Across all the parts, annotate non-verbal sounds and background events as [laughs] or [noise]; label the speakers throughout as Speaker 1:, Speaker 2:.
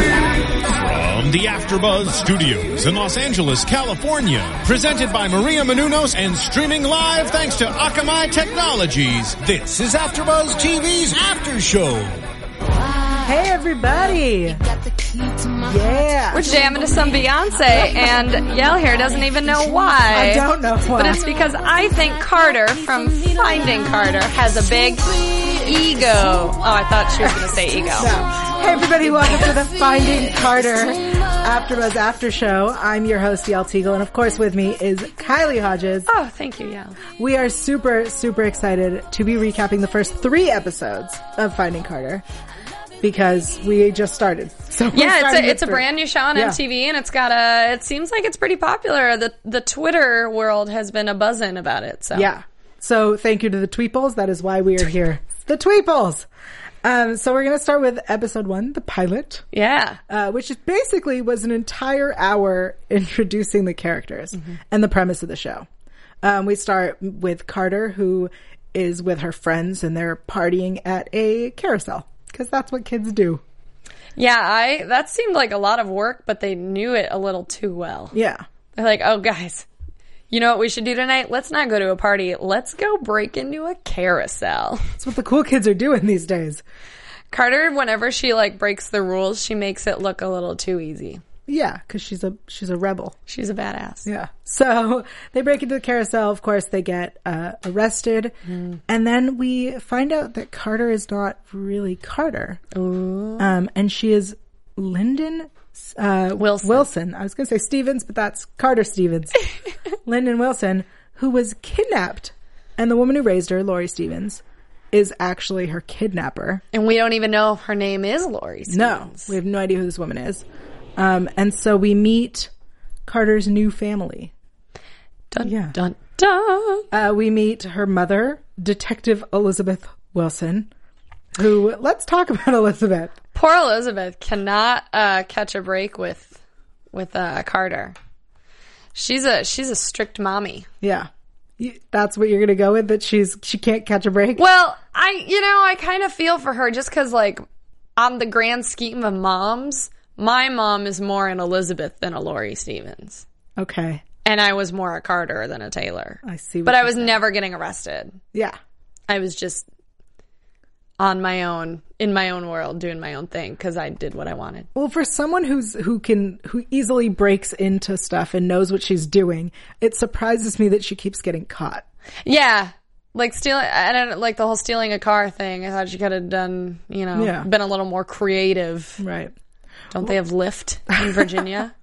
Speaker 1: From the AfterBuzz Studios in Los Angeles, California, presented by Maria Menounos and streaming live thanks to Akamai Technologies. This is AfterBuzz TV's After Show.
Speaker 2: Hey everybody! Yeah,
Speaker 3: We're jamming to some Beyonce, and Yell here doesn't even know why.
Speaker 2: I don't know why.
Speaker 3: But it's because I think Carter from Finding Carter has a big ego. Oh, I thought she was going to say ego.
Speaker 2: Hey everybody! Welcome to the Finding Carter AfterBuzz After Show. I'm your host Yael Teagle, and of course, with me is Kylie Hodges.
Speaker 3: Oh, thank you, Yell.
Speaker 2: We are super, super excited to be recapping the first three episodes of Finding Carter because we just started. So we're
Speaker 3: Yeah, it's
Speaker 2: starting
Speaker 3: a
Speaker 2: it
Speaker 3: it's a
Speaker 2: through.
Speaker 3: brand new show on
Speaker 2: Yeah.
Speaker 3: MTV, and it's got a. It seems like it's pretty popular. The the Twitter world has been a buzzing about it. So
Speaker 2: Yeah. So thank you to the Tweeples. That is why we are here. The Tweeples. Um, so we're gonna start with episode one, the pilot.
Speaker 3: yeah.
Speaker 2: uh, which is basically was an entire hour [laughs] introducing the characters and the premise of the show. Um, we start with Carter, who is with her friends and they're partying at a carousel because that's what kids do.
Speaker 3: Yeah, I that seemed like a lot of work, but they knew it a little too well.
Speaker 2: Yeah.
Speaker 3: They're like, oh, guys, you know what we should do tonight? Let's not go to a party. Let's go break into a carousel. [laughs]
Speaker 2: That's what the cool kids are doing these days.
Speaker 3: Carter, whenever she like breaks the rules, she makes it look a little too easy.
Speaker 2: Yeah, because she's a she's a rebel.
Speaker 3: She's a badass.
Speaker 2: Yeah. So they break into the carousel. Of course, they get uh, arrested, and then we find out that Carter is not really Carter, um, and she is Lyndon uh,
Speaker 3: Wilson.
Speaker 2: Wilson. I was going to say Stevens, but that's Carter Stevens. Lyndon Wilson, who was kidnapped, and the woman who raised her, Lori Stevens, is actually her kidnapper.
Speaker 3: And we don't even know if her name is Lori.
Speaker 2: No,
Speaker 3: Stevens.
Speaker 2: we have no idea who this woman is, um, and so we meet Carter's new family.
Speaker 3: Dun,
Speaker 2: Yeah.
Speaker 3: dun, dun.
Speaker 2: Uh, we meet her mother, Detective Elizabeth Wilson, who, let's talk about [laughs] Elizabeth.
Speaker 3: Poor Elizabeth cannot uh, catch a break with with uh, Carter. She's a she's a strict mommy.
Speaker 2: Yeah. You- That's what you're going to go with, that she's, she can't catch a break?
Speaker 3: Well, I, you know, I kind of feel for her just because, like, on the grand scheme of moms, my mom is more an Elizabeth than a Lori Stevens.
Speaker 2: Okay.
Speaker 3: And I was more a Carter than a Taylor.
Speaker 2: I see. What
Speaker 3: But I
Speaker 2: you-
Speaker 3: was never getting arrested.
Speaker 2: yeah.
Speaker 3: I was just on my own, in my own world, doing my own thing because I did what I wanted.
Speaker 2: Well, for someone who's, who can, who easily breaks into stuff and knows what she's doing, it surprises me that she keeps getting caught.
Speaker 3: Yeah. Like stealing, I don't like the whole stealing a car thing. I thought she could have done, you know,
Speaker 2: Yeah.
Speaker 3: been a little more creative.
Speaker 2: Right.
Speaker 3: Don't they have Lyft
Speaker 2: [laughs]
Speaker 3: in Virginia?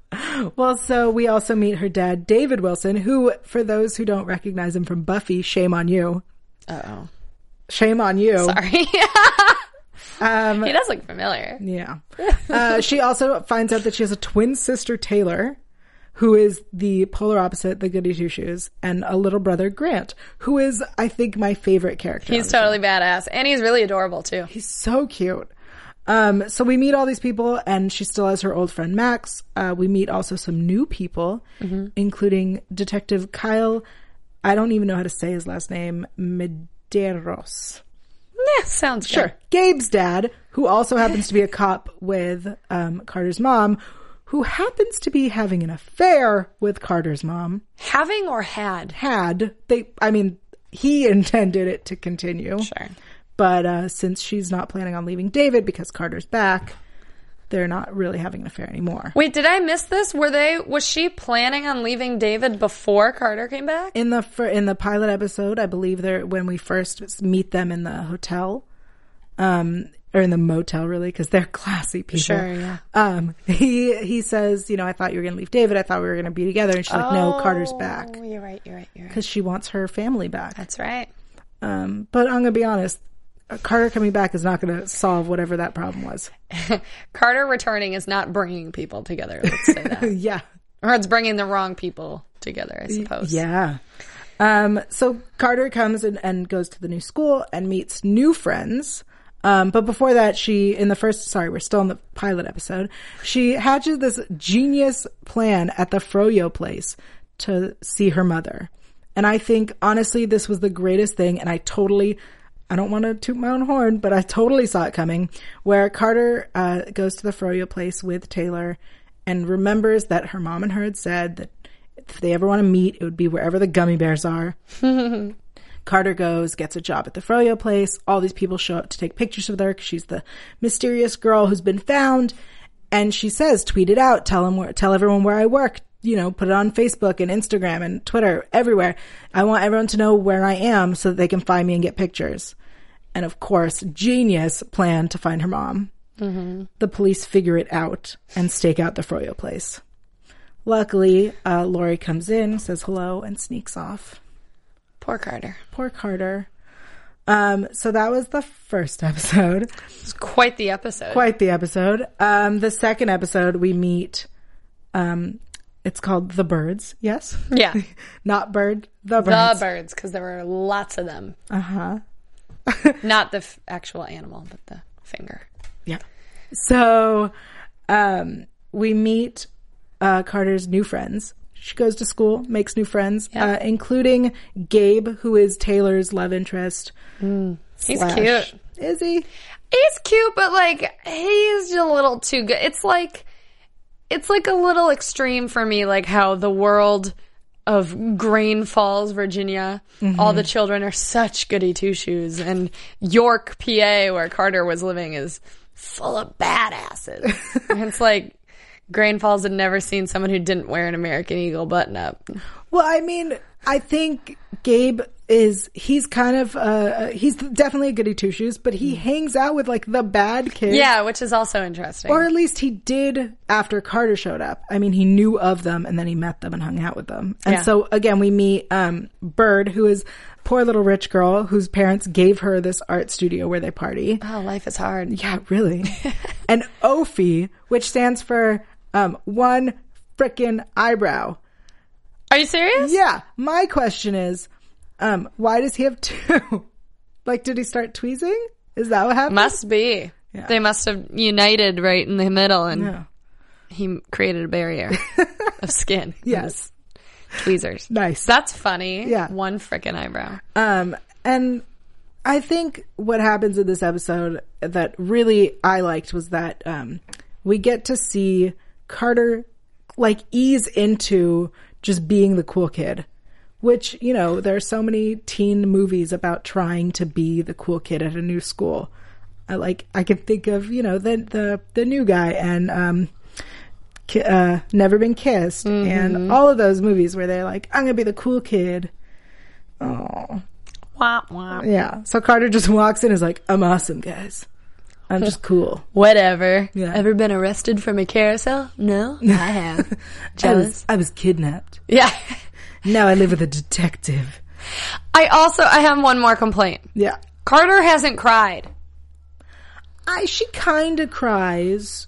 Speaker 2: Well, so we also meet her dad, David Wilson, who, for those who don't recognize him from Buffy, shame on you.
Speaker 3: uh oh.
Speaker 2: Shame on you.
Speaker 3: Sorry. [laughs] he does look familiar.
Speaker 2: Yeah. Uh, she also finds out that she has a twin sister, Taylor, who is the polar opposite, the goody two shoes, and a little brother, Grant, who is, I think, my favorite character.
Speaker 3: He's totally badass, and he's really adorable too.
Speaker 2: He's so cute. Um, so we meet all these people, and she still has her old friend Max. Uh, we meet also some new people, including Detective Kyle. I don't even know how to say his last name, Medeiros.
Speaker 3: Nah, sounds sure.
Speaker 2: Gabe's dad, who also happens to be a cop with um, Carter's mom, who happens to be having an affair with Carter's mom.
Speaker 3: Having or had?
Speaker 2: Had they, I mean, he [laughs] intended it to continue,
Speaker 3: Sure.
Speaker 2: but uh, since she's not planning on leaving David because Carter's back, they're not really having an affair anymore.
Speaker 3: Wait, did I miss this? Were they? Was she planning on leaving David before Carter came back?
Speaker 2: In the fir- in the pilot episode, I believe they're when we first meet them in the hotel, um, or in the motel, really, because they're [laughs] classy people.
Speaker 3: Sure, yeah.
Speaker 2: Um, he he says, you know, I thought you were going to leave David. I thought we were going to be together, and she's like, no, Carter's back
Speaker 3: Oh, you're right. You're right. You're right.
Speaker 2: because she wants her family back.
Speaker 3: That's right.
Speaker 2: Um, but I'm going to be honest, Carter coming back is not going to solve whatever that problem was.
Speaker 3: Carter returning is not bringing people [laughs] together. Let's say that,
Speaker 2: Yeah,
Speaker 3: or it's bringing the wrong people together, I suppose.
Speaker 2: yeah. Um, so Carter comes and, and goes to the new school and meets new friends. Um, but before that, she, in the first, sorry, we're still in the pilot episode, she hatches this genius plan at the Froyo place to see her mother. And I think, honestly, this was the greatest thing. And I totally, I don't want to toot my own horn, but I totally saw it coming where Carter, uh, goes to the Froyo place with Taylor and remembers that her mom and her had said that if they ever want to meet, it would be wherever the gummy bears are. Carter goes, gets a job at the Froyo place. All these people show up to take pictures of her 'cause she's the mysterious girl who's been found. And she says, tweet it out, tell 'em where, tell everyone where I work, you know, put it on Facebook and Instagram and Twitter, everywhere. I want everyone to know where I am so that they can find me and get pictures. And of course, genius plan to find her mom. The police figure it out and stake out the Froyo place. Luckily, uh, Lori comes in, says hello, and sneaks off.
Speaker 3: Poor Carter.
Speaker 2: Poor Carter. Um, so that was the first [laughs] episode.
Speaker 3: It's quite the episode.
Speaker 2: Quite the episode. Um, the second episode, we meet. Um, it's called The Birds. Yes, [laughs]
Speaker 3: Yeah.
Speaker 2: not bird. The
Speaker 3: The
Speaker 2: birds.
Speaker 3: birds, because there were lots of them. Uh huh. Not the f- actual animal, but the finger.
Speaker 2: yeah. So, um, we meet uh, Carter's new friends. She goes to school, makes new friends, uh, including Gabe, who is Taylor's love interest.
Speaker 3: He's
Speaker 2: slash-
Speaker 3: cute.
Speaker 2: Is he?
Speaker 3: He's cute, but like he's a little too good. It's like it's like a little extreme for me, like how the world of Grain Falls, Virginia, all the children are such goody two shoes, and York, PA, where Carter was living, is full of badasses. And it's like Grain Falls had never seen someone who didn't wear an American Eagle button up.
Speaker 2: Well, I mean, I think Gabe is he's kind of uh he's definitely a goody two shoes, but he hangs out with like the bad kids.
Speaker 3: Hmm. Yeah, which is also interesting.
Speaker 2: Or at least he did after Carter showed up. I mean, he knew of them and then he met them and hung out with them. And
Speaker 3: Yeah.
Speaker 2: so again, we meet um Bird, who is poor little rich girl whose parents gave her this art studio where they party.
Speaker 3: oh, life is hard.
Speaker 2: Yeah,
Speaker 3: [laughs]
Speaker 2: really. and Ophi, which stands for um one frickin' eyebrow.
Speaker 3: Are you serious?
Speaker 2: Yeah. My question is, um, why does he have two? [laughs] like, did he start tweezing? Is that what happened?
Speaker 3: Must be. They must have united right in the middle, and
Speaker 2: Yeah.
Speaker 3: he created
Speaker 2: [laughs]
Speaker 3: a barrier of skin.
Speaker 2: yes.
Speaker 3: with tweezers.
Speaker 2: Nice.
Speaker 3: That's funny.
Speaker 2: Yeah.
Speaker 3: one freaking eyebrow.
Speaker 2: Um, and I think what happens in this episode that really I liked was that um, we get to see Carter like ease into just being the cool kid. Which, you know, there are so many teen movies about trying to be the cool kid at a new school. I like I can think of, you know, the the the new guy and um Ki- uh, Never Been Kissed and all of those movies where they're like, I'm gonna be the cool kid. Oh,
Speaker 3: Wah, wah.
Speaker 2: yeah. So Carter just [laughs] walks in and is like, I'm awesome, guys. I'm just [laughs] cool.
Speaker 3: Whatever.
Speaker 2: Yeah.
Speaker 3: Ever been arrested from a carousel?
Speaker 2: [laughs]
Speaker 3: No, I have. Jealous.
Speaker 2: I was kidnapped.
Speaker 3: yeah.
Speaker 2: Now I live with a detective.
Speaker 3: I also I have one more complaint.
Speaker 2: Yeah.
Speaker 3: Carter hasn't cried.
Speaker 2: I, she kind of cries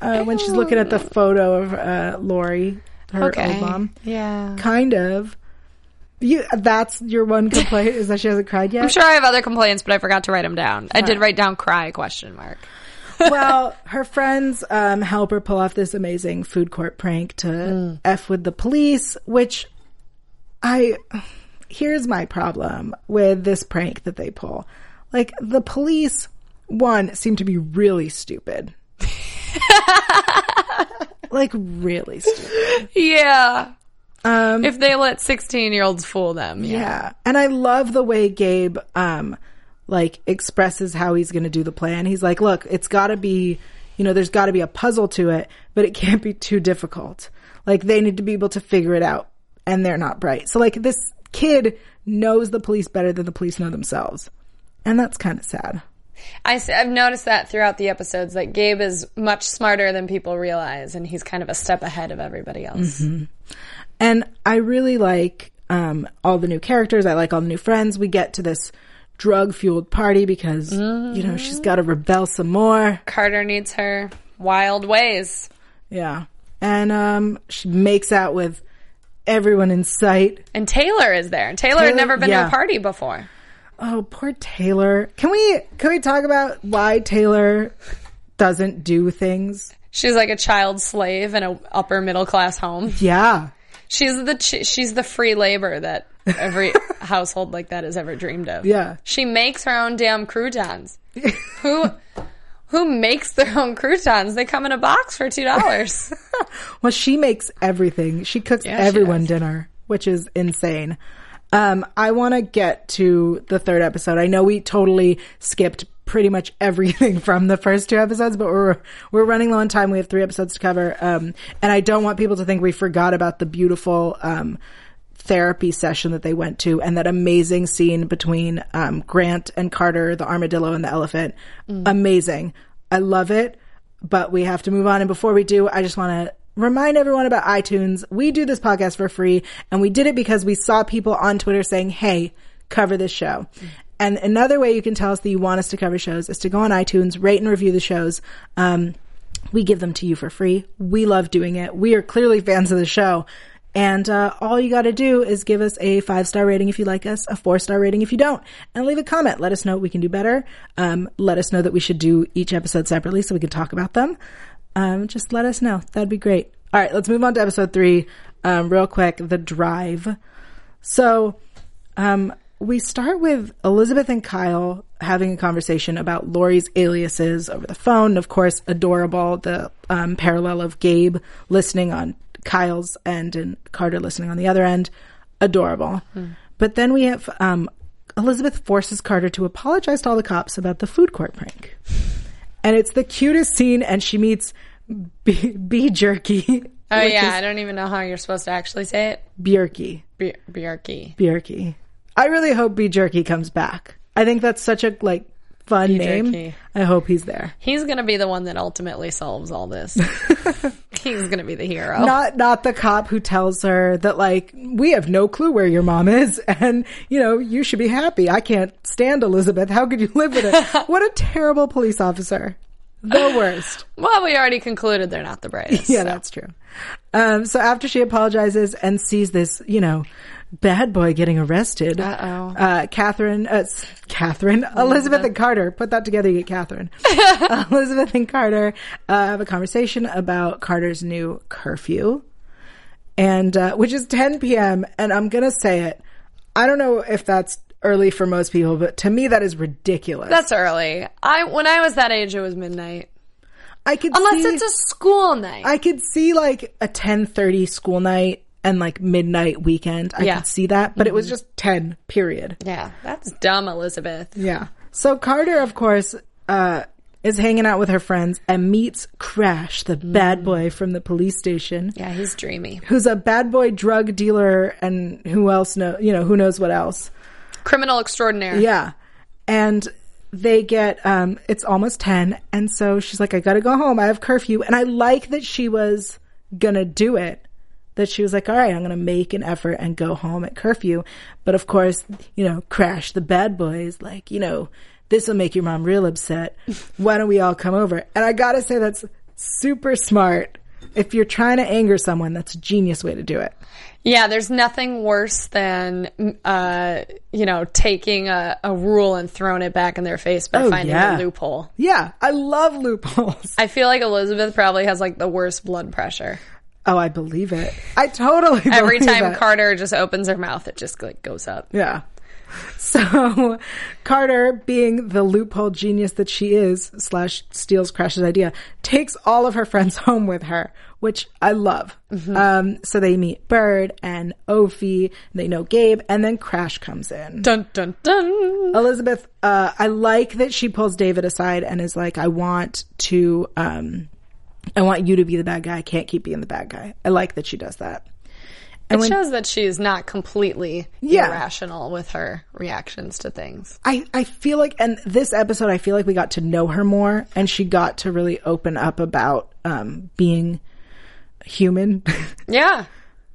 Speaker 2: uh, when she's looking at the photo of uh, Lori, her old mom.
Speaker 3: Yeah.
Speaker 2: Kind of. You, that's your one complaint is that she hasn't cried yet?
Speaker 3: I'm sure I have other complaints, but I forgot to write them down. I did write down cry question mark.
Speaker 2: [laughs] well, her friends um, help her pull off this amazing food court prank to f with the police, which I here's my problem with this prank that they pull. Like the police, one seem to be really stupid. like really stupid.
Speaker 3: Yeah. Um, if they let 16 year olds fool them. Yeah.
Speaker 2: Yeah. And I love the way Gabe um like expresses how he's going to do the plan. He's like, "Look, it's got to be, you know, there's got to be a puzzle to it, but it [laughs] can't be too difficult. Like they need to be able to figure it out and they're not bright." So like this kid knows the police better than the police know themselves. And that's kind of sad.
Speaker 3: I, have noticed that throughout the episodes that Gabe is much smarter than people realize, and he's kind of a step ahead of everybody else.
Speaker 2: Mm-hmm. And I really like um, all the new characters. I like all the new friends. We get to this drug fueled party because, you know, she's got to rebel some more.
Speaker 3: Carter needs her wild ways.
Speaker 2: Yeah. And um she makes out with everyone in sight.
Speaker 3: And Taylor is there. And Taylor had
Speaker 2: Taylor-
Speaker 3: never been to
Speaker 2: yeah.
Speaker 3: a party before.
Speaker 2: Oh, poor Taylor. Can we can we talk about why Taylor doesn't do things?
Speaker 3: She's like a child slave in a upper middle class home.
Speaker 2: Yeah.
Speaker 3: She's the ch- she's the free labor that
Speaker 2: [laughs]
Speaker 3: every household like that has ever dreamed of.
Speaker 2: Yeah.
Speaker 3: She makes her own damn croutons. who who makes their own croutons? They come in a box for two
Speaker 2: [laughs]
Speaker 3: dollars.
Speaker 2: Well, she makes everything. She cooks
Speaker 3: she
Speaker 2: everyone
Speaker 3: does.
Speaker 2: dinner, which is insane. Um, I want to get to the third episode. I know we totally skipped pretty much [laughs] everything from the first two episodes, but we're we're running low on time. We have three episodes to cover, um, and I don't want people to think we forgot about the beautiful um, therapy session that they went to, and that amazing scene between um, Grant and Carter, the armadillo and the elephant. Amazing. I love it but we have to move on. And before we do, I just want to remind everyone about iTunes. We do this podcast for free and we did it because we saw people on Twitter saying, Hey, cover this show. And another way you can tell us that you want us to cover shows is to go on iTunes, rate and review the shows. Um, we give them to you for free. We love doing it. We are clearly fans of the show. And uh, all you got to do is give us a five star rating if you like us, a four star rating if you don't, and leave a comment. Let us know what we can do better. Um, let us know that we should do each episode separately so we can talk about them. Um, just let us know. That'd be great. All right, let's move on to episode three um, real quick The Drive. So um, we start with Elizabeth and Kyle having a conversation about Lori's aliases over the phone. Of course, adorable, the um, parallel of Gabe listening on Kyle's end and Carter listening on the other end. Adorable. But then we have um, Elizabeth forces Carter to apologize to all the cops about the food court prank. And it's the cutest scene, and she meets B, B Jerky.
Speaker 3: Oh
Speaker 2: which
Speaker 3: yeah, I
Speaker 2: is
Speaker 3: don't even know how you're supposed to actually say it.
Speaker 2: Bjerky.
Speaker 3: B- Bjarki.
Speaker 2: Bjerky. I really hope B Jerky comes back. I think that's such a like fun name.
Speaker 3: Jerky.
Speaker 2: I hope he's there.
Speaker 3: He's gonna be the one that ultimately solves
Speaker 2: [laughs]
Speaker 3: all this. He's gonna be the hero.
Speaker 2: Not not the cop who tells her that like we have no clue where your mom is [laughs] and you know you should be happy. I can't stand Elizabeth. How could you live with it? what a terrible police officer. The worst.
Speaker 3: well, we already concluded they're not the [laughs] brightest.
Speaker 2: Yeah, that's true. Um, so after she apologizes and sees this, you know, bad boy getting arrested,
Speaker 3: Uh-oh.
Speaker 2: uh, Catherine, uh, s-
Speaker 3: [laughs]
Speaker 2: Catherine, Elizabeth and Carter, put that together, you get Catherine. Elizabeth and Carter uh, have a conversation about Carter's new curfew, and uh, which is 10 p.m. And I'm gonna say it. I don't know if that's early for most people, but to me that is ridiculous.
Speaker 3: That's early. I when I was that age, it was midnight.
Speaker 2: I could
Speaker 3: Unless
Speaker 2: see-
Speaker 3: it's a school night.
Speaker 2: I could see like a 10:30 school night and like midnight weekend. I
Speaker 3: Yeah.
Speaker 2: could see that, but it was just 10 period.
Speaker 3: yeah, that's dumb, Elizabeth.
Speaker 2: Yeah. So Carter of course uh is hanging out with her friends and meets Crash, the bad boy from the police station,
Speaker 3: Yeah, he's dreamy.
Speaker 2: who's a bad boy drug dealer and who else know, you know, who knows what else.
Speaker 3: Criminal extraordinaire.
Speaker 2: Yeah. And they get um it's almost 10 and so she's like I got to go home. I have curfew and I like that she was going to do it. That she was like, "All right, I'm going to make an effort and go home at curfew." But of course, you know, Crash the bad boy is like, you know, this will make your mom real
Speaker 3: [laughs]
Speaker 2: upset. Why don't we all come over? And I got to say that's super smart. If you're trying to anger someone, that's a genius way to do it.
Speaker 3: Yeah, there's nothing worse than, uh, you know, taking a, a rule and throwing it back in their face by
Speaker 2: Oh,
Speaker 3: finding
Speaker 2: yeah.
Speaker 3: a loophole.
Speaker 2: Yeah, I love loopholes. [laughs]
Speaker 3: I feel like Elizabeth probably has like the worst blood pressure.
Speaker 2: Oh, I believe it. I totally
Speaker 3: Every
Speaker 2: believe
Speaker 3: time
Speaker 2: it.
Speaker 3: Carter just opens her mouth, it just like goes up.
Speaker 2: Yeah. So [laughs] Carter, being the loophole genius that she is, slash steals Crash's idea, takes all of her friends [laughs] home with her, which I love. Um, so they meet Bird and Ophi, they know Gabe, and then Crash comes in.
Speaker 3: Dun dun dun.
Speaker 2: Elizabeth, uh, I like that she pulls David aside and is like, I want to, um, I want you to be the bad guy. I can't keep being the bad guy. I like that she does that. And
Speaker 3: It shows that she's not completely
Speaker 2: Yeah.
Speaker 3: irrational with her reactions to things.
Speaker 2: I, I feel like, and this episode, I feel like we got to know her more and she got to really open up about, um, being human. [laughs]
Speaker 3: Yeah.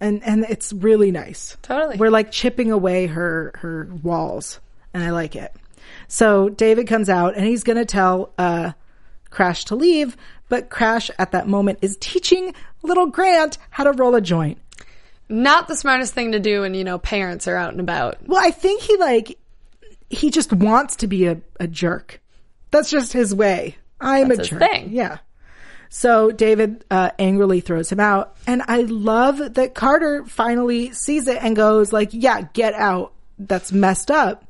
Speaker 2: and, and it's really nice.
Speaker 3: Totally.
Speaker 2: We're like chipping away her, her walls and I like it. So David comes out and he's going to tell, uh, Crash to leave, but Crash at that moment is teaching little Grant how to roll a joint.
Speaker 3: Not the smartest thing to do when, you know, parents are out and about.
Speaker 2: Well, I think he like he just wants to be a, a jerk. That's just his way. I'm
Speaker 3: That's
Speaker 2: a
Speaker 3: his
Speaker 2: jerk.
Speaker 3: thing.
Speaker 2: Yeah. So David uh, angrily throws him out, and I love that Carter finally sees it and goes like, "Yeah, get out. That's messed up."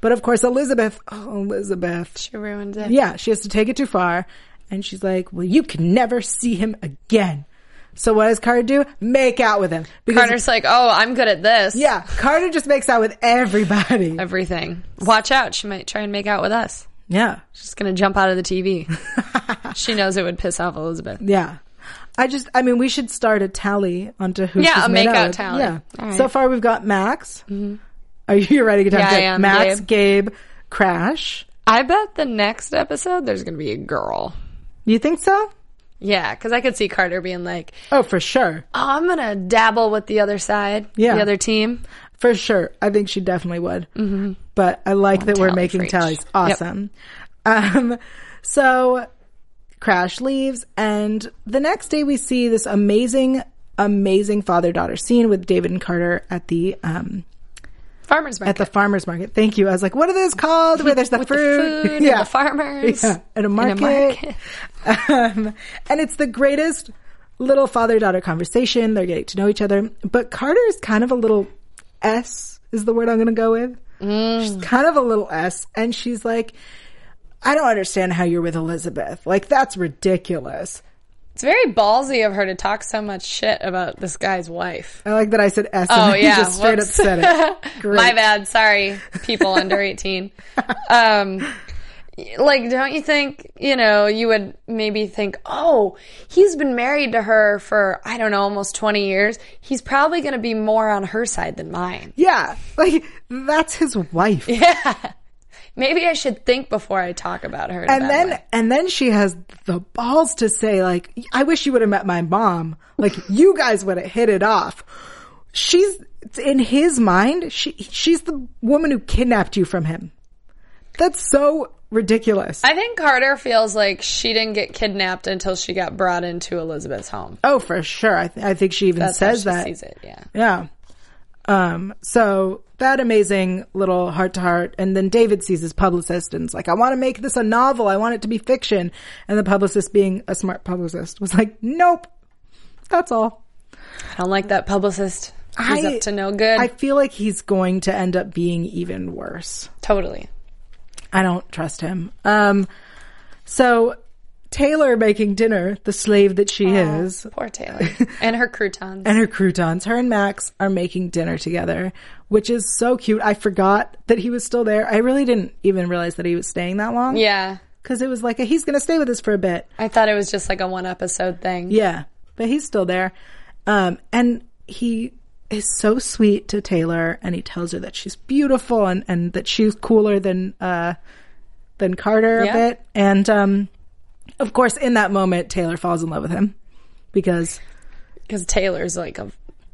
Speaker 2: But of course, Elizabeth, oh Elizabeth,
Speaker 3: She ruined it.
Speaker 2: yeah, she has to take it too far. And she's like, well, you can never see him again. So what does Carter do? Make out with him. Because,
Speaker 3: Carter's like, oh, I'm good at this.
Speaker 2: yeah, Carter just makes out with everybody.
Speaker 3: Everything. Watch out. She might try and make out with us.
Speaker 2: Yeah.
Speaker 3: She's going to jump out of the [laughs] TV. she knows it would piss off Elizabeth.
Speaker 2: Yeah. I just, I mean, we should start a tally onto who
Speaker 3: Yeah,
Speaker 2: she's
Speaker 3: a
Speaker 2: made
Speaker 3: makeout
Speaker 2: with.
Speaker 3: tally.
Speaker 2: Yeah.
Speaker 3: All right. Mm-hmm.
Speaker 2: So far we've got Max. Are you ready to get
Speaker 3: Yeah,
Speaker 2: down to
Speaker 3: I am,
Speaker 2: Max, Gabe, Crash?
Speaker 3: I bet the next episode there's going to be a girl.
Speaker 2: You think so?
Speaker 3: Yeah, because I could see Carter being like,
Speaker 2: Oh, for sure.
Speaker 3: oh, I'm going to dabble with the other side,
Speaker 2: Yeah.
Speaker 3: the other team.
Speaker 2: For sure. I think she definitely would. Mm-hmm. But I like that we're
Speaker 3: tally for
Speaker 2: making
Speaker 3: each.
Speaker 2: tallies. Awesome. Um, so Crash leaves and the next day we see this amazing, amazing father daughter scene with David and Carter at the, um,
Speaker 3: Farmer's
Speaker 2: at
Speaker 3: market.
Speaker 2: the farmer's market. Thank you. I was like, what are those called? Where there's the
Speaker 3: with
Speaker 2: fruit.
Speaker 3: the food and the farmers.
Speaker 2: Yeah. At a market. [laughs] um, and it's the greatest little father daughter conversation. They're getting to know each other. But Carter is kind of a little S, is the word I'm going to go with.
Speaker 3: Mm.
Speaker 2: She's kind of a little S. And she's like, I don't understand how you're with Elizabeth. Like, that's ridiculous.
Speaker 3: It's very ballsy of her to talk so much shit about this guy's wife.
Speaker 2: I like that I said S
Speaker 3: Oh
Speaker 2: and [laughs]
Speaker 3: yeah,
Speaker 2: he just straight
Speaker 3: whoops. [laughs]
Speaker 2: up said it. Great.
Speaker 3: My bad. Sorry, people
Speaker 2: [laughs]
Speaker 3: under eighteen. Um, like, don't you think you know you would maybe think, oh, he's been married to her for I don't know, almost twenty years. He's probably going to be more on her side than mine.
Speaker 2: Yeah. Like, that's his wife.
Speaker 3: Maybe I should think before I talk about her. in
Speaker 2: and
Speaker 3: that
Speaker 2: then
Speaker 3: way.
Speaker 2: and then she has the balls to say like i wish you would have met my mom like you guys would have hit it off she's in his mind she she's the woman who kidnapped you from him that's so ridiculous
Speaker 3: I think Carter feels like she didn't get kidnapped until she got brought into Elizabeth's home.
Speaker 2: oh for sure i, th- I think she even
Speaker 3: That's how
Speaker 2: says
Speaker 3: she
Speaker 2: that
Speaker 3: sees it. Yeah.
Speaker 2: Yeah. Um, so that amazing little heart to heart. And then David sees his publicist and is like, I want to make this a novel. I want it to be fiction. And the publicist being a smart publicist was like, nope, that's all.
Speaker 3: I don't like that publicist. He's
Speaker 2: I-
Speaker 3: up to no good.
Speaker 2: I feel like he's going to end up being even worse.
Speaker 3: totally.
Speaker 2: I don't trust him. Um, so Taylor making dinner, the slave that she is,
Speaker 3: Poor
Speaker 2: [laughs]
Speaker 3: Taylor. and her croutons.
Speaker 2: and her croutons. Her and Max are making dinner together, which is so cute. I forgot that he was still there. I really didn't even realize that he was staying that long.
Speaker 3: yeah.
Speaker 2: Because it was like, a, he's going to stay with us for a bit.
Speaker 3: I thought it was just like a one episode thing.
Speaker 2: Yeah. But he's still there. Um, and he is so sweet to Taylor and he tells her that she's beautiful and, and that she's cooler than, uh, than Carter
Speaker 3: Yeah.
Speaker 2: a bit. And, um, of course, in that moment, Taylor falls in love with him because,
Speaker 3: Because Taylor's like a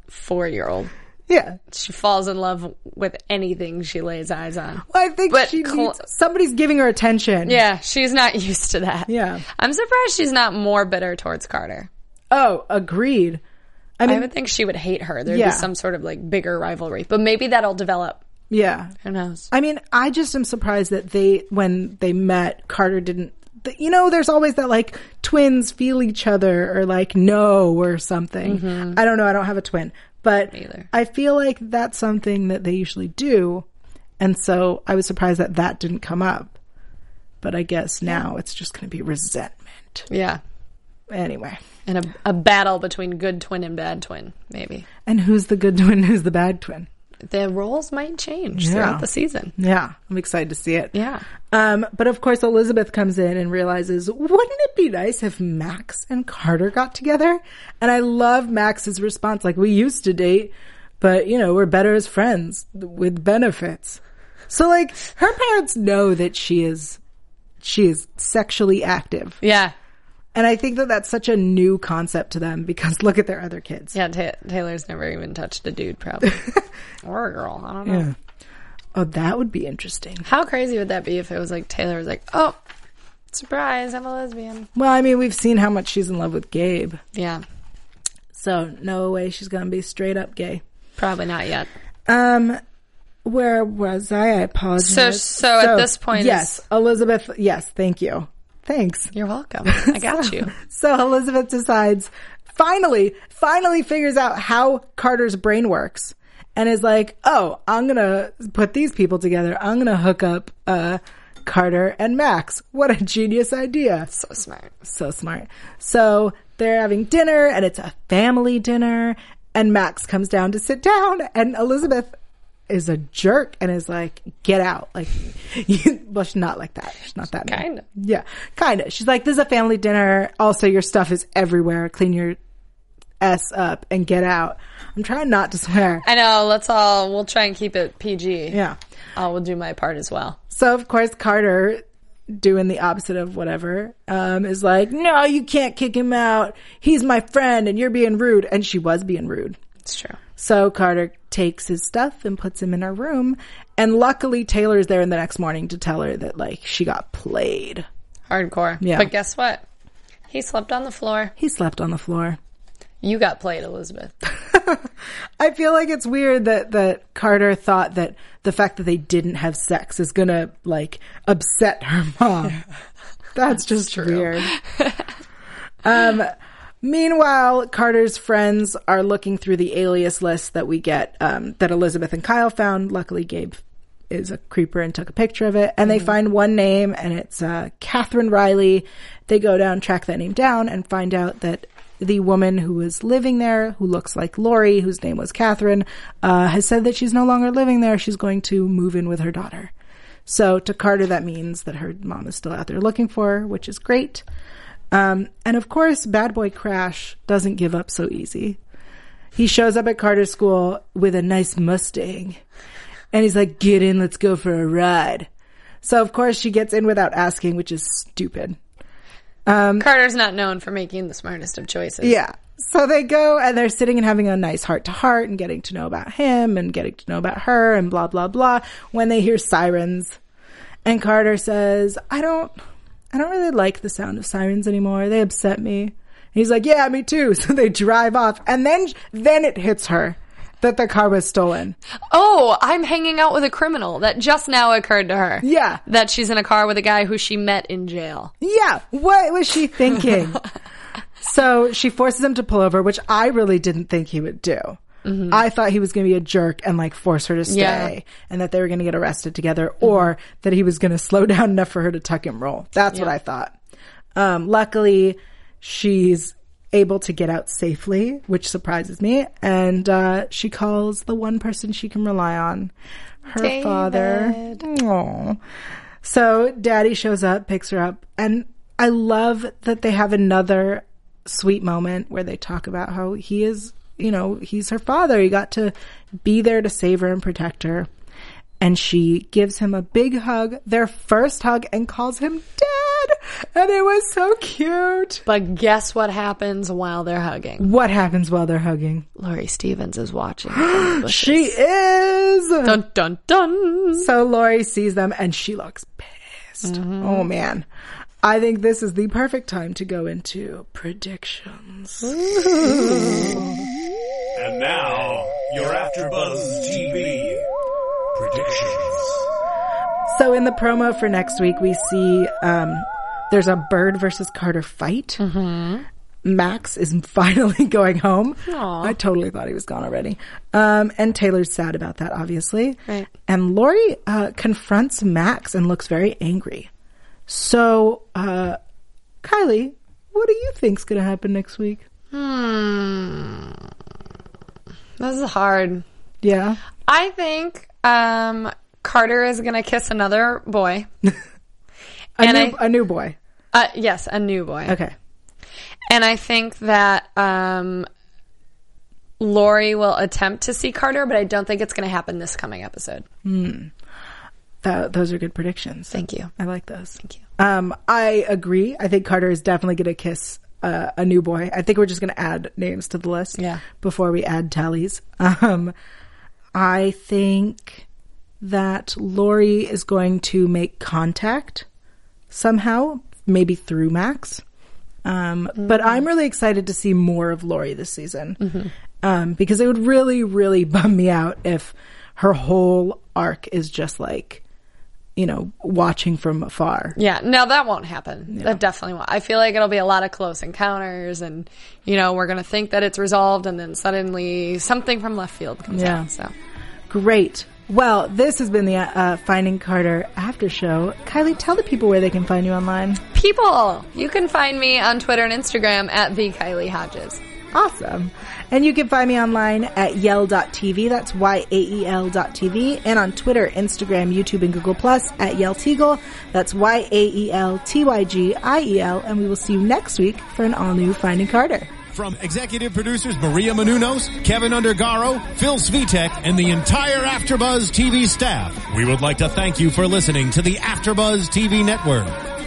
Speaker 3: four year old.
Speaker 2: yeah,
Speaker 3: She falls in love with anything she lays eyes on.
Speaker 2: I think
Speaker 3: But
Speaker 2: she
Speaker 3: Col-
Speaker 2: needs, somebody's giving her attention.
Speaker 3: Yeah, she's not [laughs] used to that.
Speaker 2: Yeah.
Speaker 3: I'm surprised she's not more bitter towards Carter.
Speaker 2: Oh, agreed. I
Speaker 3: I
Speaker 2: mean,
Speaker 3: would think she would hate her. There'd
Speaker 2: Yeah.
Speaker 3: be some sort of like bigger rivalry, but maybe that'll develop.
Speaker 2: yeah.
Speaker 3: Who knows?
Speaker 2: I mean, I just am surprised that they, when they met, Carter didn't. th- You know, there's always that like twins feel each other or like no or something. I don't know. I don't have a twin, but
Speaker 3: either.
Speaker 2: I feel like that's something that they usually do. And so I was surprised that that didn't come up. But I guess now it's just going to be resentment.
Speaker 3: Yeah.
Speaker 2: Anyway.
Speaker 3: And a, a battle between good twin and bad twin, maybe.
Speaker 2: And who's the good [laughs] twin? Who's the bad twin?
Speaker 3: The roles might change
Speaker 2: Yeah.
Speaker 3: throughout the season.
Speaker 2: Yeah. I'm excited to see it.
Speaker 3: Yeah.
Speaker 2: Um, but of course, Elizabeth comes in and realizes, wouldn't it be nice if Max and Carter got together? And I love Max's response, like, we used to date, but you know, we're better as friends with benefits. So like, her parents know that she is, she is sexually active.
Speaker 3: Yeah.
Speaker 2: And I think that that's such a new concept to them because [laughs] look at their other kids.
Speaker 3: Yeah, Ta- Taylor's never even touched a dude, probably.
Speaker 2: [laughs]
Speaker 3: or a girl. I don't know.
Speaker 2: Oh, that would be interesting.
Speaker 3: How crazy would that be if it was like Taylor was like, oh, surprise, I'm a lesbian.
Speaker 2: Well, I mean, we've seen how much she's in love with Gabe.
Speaker 3: Yeah.
Speaker 2: So no way she's gonna be straight up gay.
Speaker 3: Probably not yet.
Speaker 2: Um, where was I? I apologize.
Speaker 3: So- so at this point
Speaker 2: yes, Elizabeth. Yes, thank you. Thanks.
Speaker 3: You're welcome.
Speaker 2: [laughs]
Speaker 3: I got you.
Speaker 2: So Elizabeth decides, finally, finally figures out how Carter's brain works and is like, oh, I'm going to put these people together. I'm going to hook up, uh, Carter and Max. What a genius idea.
Speaker 3: So smart.
Speaker 2: So smart. So they're having dinner and it's a family dinner and Max comes down to sit down and Elizabeth is a jerk and is like, get out. Like, [laughs] you, well, she's not like that. She's not that mean.
Speaker 3: Kinda.
Speaker 2: Yeah, kind of. She's like, this is a family dinner. Also, your stuff is everywhere. Clean your ass up and get out. I'm trying not to swear.
Speaker 3: I know. Let's all. We'll try and keep it PG.
Speaker 2: Yeah.
Speaker 3: I will do my part as well.
Speaker 2: So of course Carter, doing the opposite of whatever, um, is like, no, you can't kick him out. He's my friend, and you're being rude. And she was being rude.
Speaker 3: It's true.
Speaker 2: So Carter takes his stuff and puts him in her room. And luckily Taylor's there in the next morning to tell her that like she got played.
Speaker 3: Hardcore.
Speaker 2: Yeah.
Speaker 3: But guess what? He slept on the floor.
Speaker 2: He slept on the floor.
Speaker 3: You got played, Elizabeth.
Speaker 2: I feel like it's weird that that Carter thought that the fact that they didn't have sex is gonna like upset her mom. That's just weird. um, meanwhile, Carter's friends are looking through the alias list that we get um, that Elizabeth and Kyle found. Luckily, Gabe is a creeper and took a picture of it, and they find one name, and it's uh, Catherine Riley. They go down, track that name down, and find out that the woman who was living there, who looks like Lori, whose name was Catherine, uh, has said that she's no longer living there. She's going to move in with her daughter. So to Carter, that means that her mom is still out there looking for her, which is great. Um, and of course, bad boy Crash doesn't give up so easy. He shows up at Carter's school with a nice Mustang and he's like, get in, let's go for a ride. So of course she gets in without asking, which is stupid.
Speaker 3: Carter's not known for making the smartest of choices.
Speaker 2: Um, Yeah. So they go and they're sitting and having a nice heart to heart and getting to know about him and getting to know about her and blah, blah, blah when they hear sirens. And Carter says, I don't, I don't really like the sound of sirens anymore. They upset me. He's like, yeah, me too. [laughs] So they drive off and then, then it hits her that the car was stolen.
Speaker 3: Oh, I'm hanging out with a criminal. That just now occurred to her.
Speaker 2: Yeah.
Speaker 3: That she's in a car with a guy who she met in jail.
Speaker 2: Yeah, what was she thinking? so she forces him to pull over, which I really didn't think he would do. I thought he was going to be a jerk and like force her to stay
Speaker 3: Yeah.
Speaker 2: and that they were going to get arrested together or that he was going to [laughs] slow down enough for her to tuck and roll. That's what I thought. Um, luckily, she's able to get out safely, which surprises me. And uh, she calls the one person she can rely on her father. Aww. So daddy shows up, picks her up, and I love that they have another sweet moment where they talk about how he is, you know, he's her father. He got to be there to save her and protect her. And she gives him a big hug, their first hug, and calls him dad. And it was so cute.
Speaker 3: But guess what happens while they're hugging?
Speaker 2: What happens while they're hugging?
Speaker 3: Lori Stevens is
Speaker 2: [gasps]
Speaker 3: watching. from the bushes.
Speaker 2: She is.
Speaker 3: dun dun dun.
Speaker 2: So Lori sees them and she looks pissed. Oh man. I think this is the perfect time to go into predictions.
Speaker 4: And now, your AfterBuzz TV predictions.
Speaker 2: So in the promo for next week, we see um, there's a Bird versus Carter fight.
Speaker 3: Mm-hmm.
Speaker 2: Max is [laughs] finally going home. I totally thought he was gone already. Um, and Taylor's sad about that, obviously.
Speaker 3: Right.
Speaker 2: And Lori uh, confronts Max and looks very angry. So, uh, Kylie, what do you think's going to happen next week?
Speaker 3: This is hard.
Speaker 2: Yeah.
Speaker 3: I think um, Carter is gonna kiss another boy.
Speaker 2: A,
Speaker 3: And
Speaker 2: new,
Speaker 3: I-
Speaker 2: a new boy.
Speaker 3: Uh, yes, a new boy.
Speaker 2: Okay.
Speaker 3: And I think that um, Lori will attempt to see Carter, but I don't think it's going to happen this coming episode.
Speaker 2: Tho- those are good predictions.
Speaker 3: Thank you.
Speaker 2: I like those.
Speaker 3: Thank you.
Speaker 2: Um, I agree. I think Carter is definitely going to kiss uh, a new boy. I think we're just going to add names to the list.
Speaker 3: Yeah.
Speaker 2: Before we add tallies, um, I think that Lori is going to make contact somehow, maybe through Max, Um, But I'm really excited to see more of Lori this season um, because it would really, really [laughs] bum me out if her whole arc is just like, you know, watching from afar.
Speaker 3: Yeah, no, that won't happen. That definitely won't. I feel like it'll be a lot of close encounters, and you know we're gonna think that it's resolved, and then suddenly something from left field comes
Speaker 2: Yeah.
Speaker 3: out. So
Speaker 2: Great. Well, this has been the uh, Finding Carter after show. Kylie, tell the people where they can find you online.
Speaker 3: people, you can find me on Twitter and Instagram at the Kylie Hodges.
Speaker 2: Awesome. And you can find me online at yell.tv. That's Y-A-E-L dot TV. And on Twitter, Instagram, YouTube, and Google Plus at Yell Teagle. That's E Y-A-E-L-T-Y-G-I-E-L. E And we will see you next week for an all new Finding Carter.
Speaker 1: From executive producers Maria Menounos, Kevin Undergaro, Phil Svitek, and the entire Afterbuzz TV staff, we would like to thank you for listening to the Afterbuzz TV network.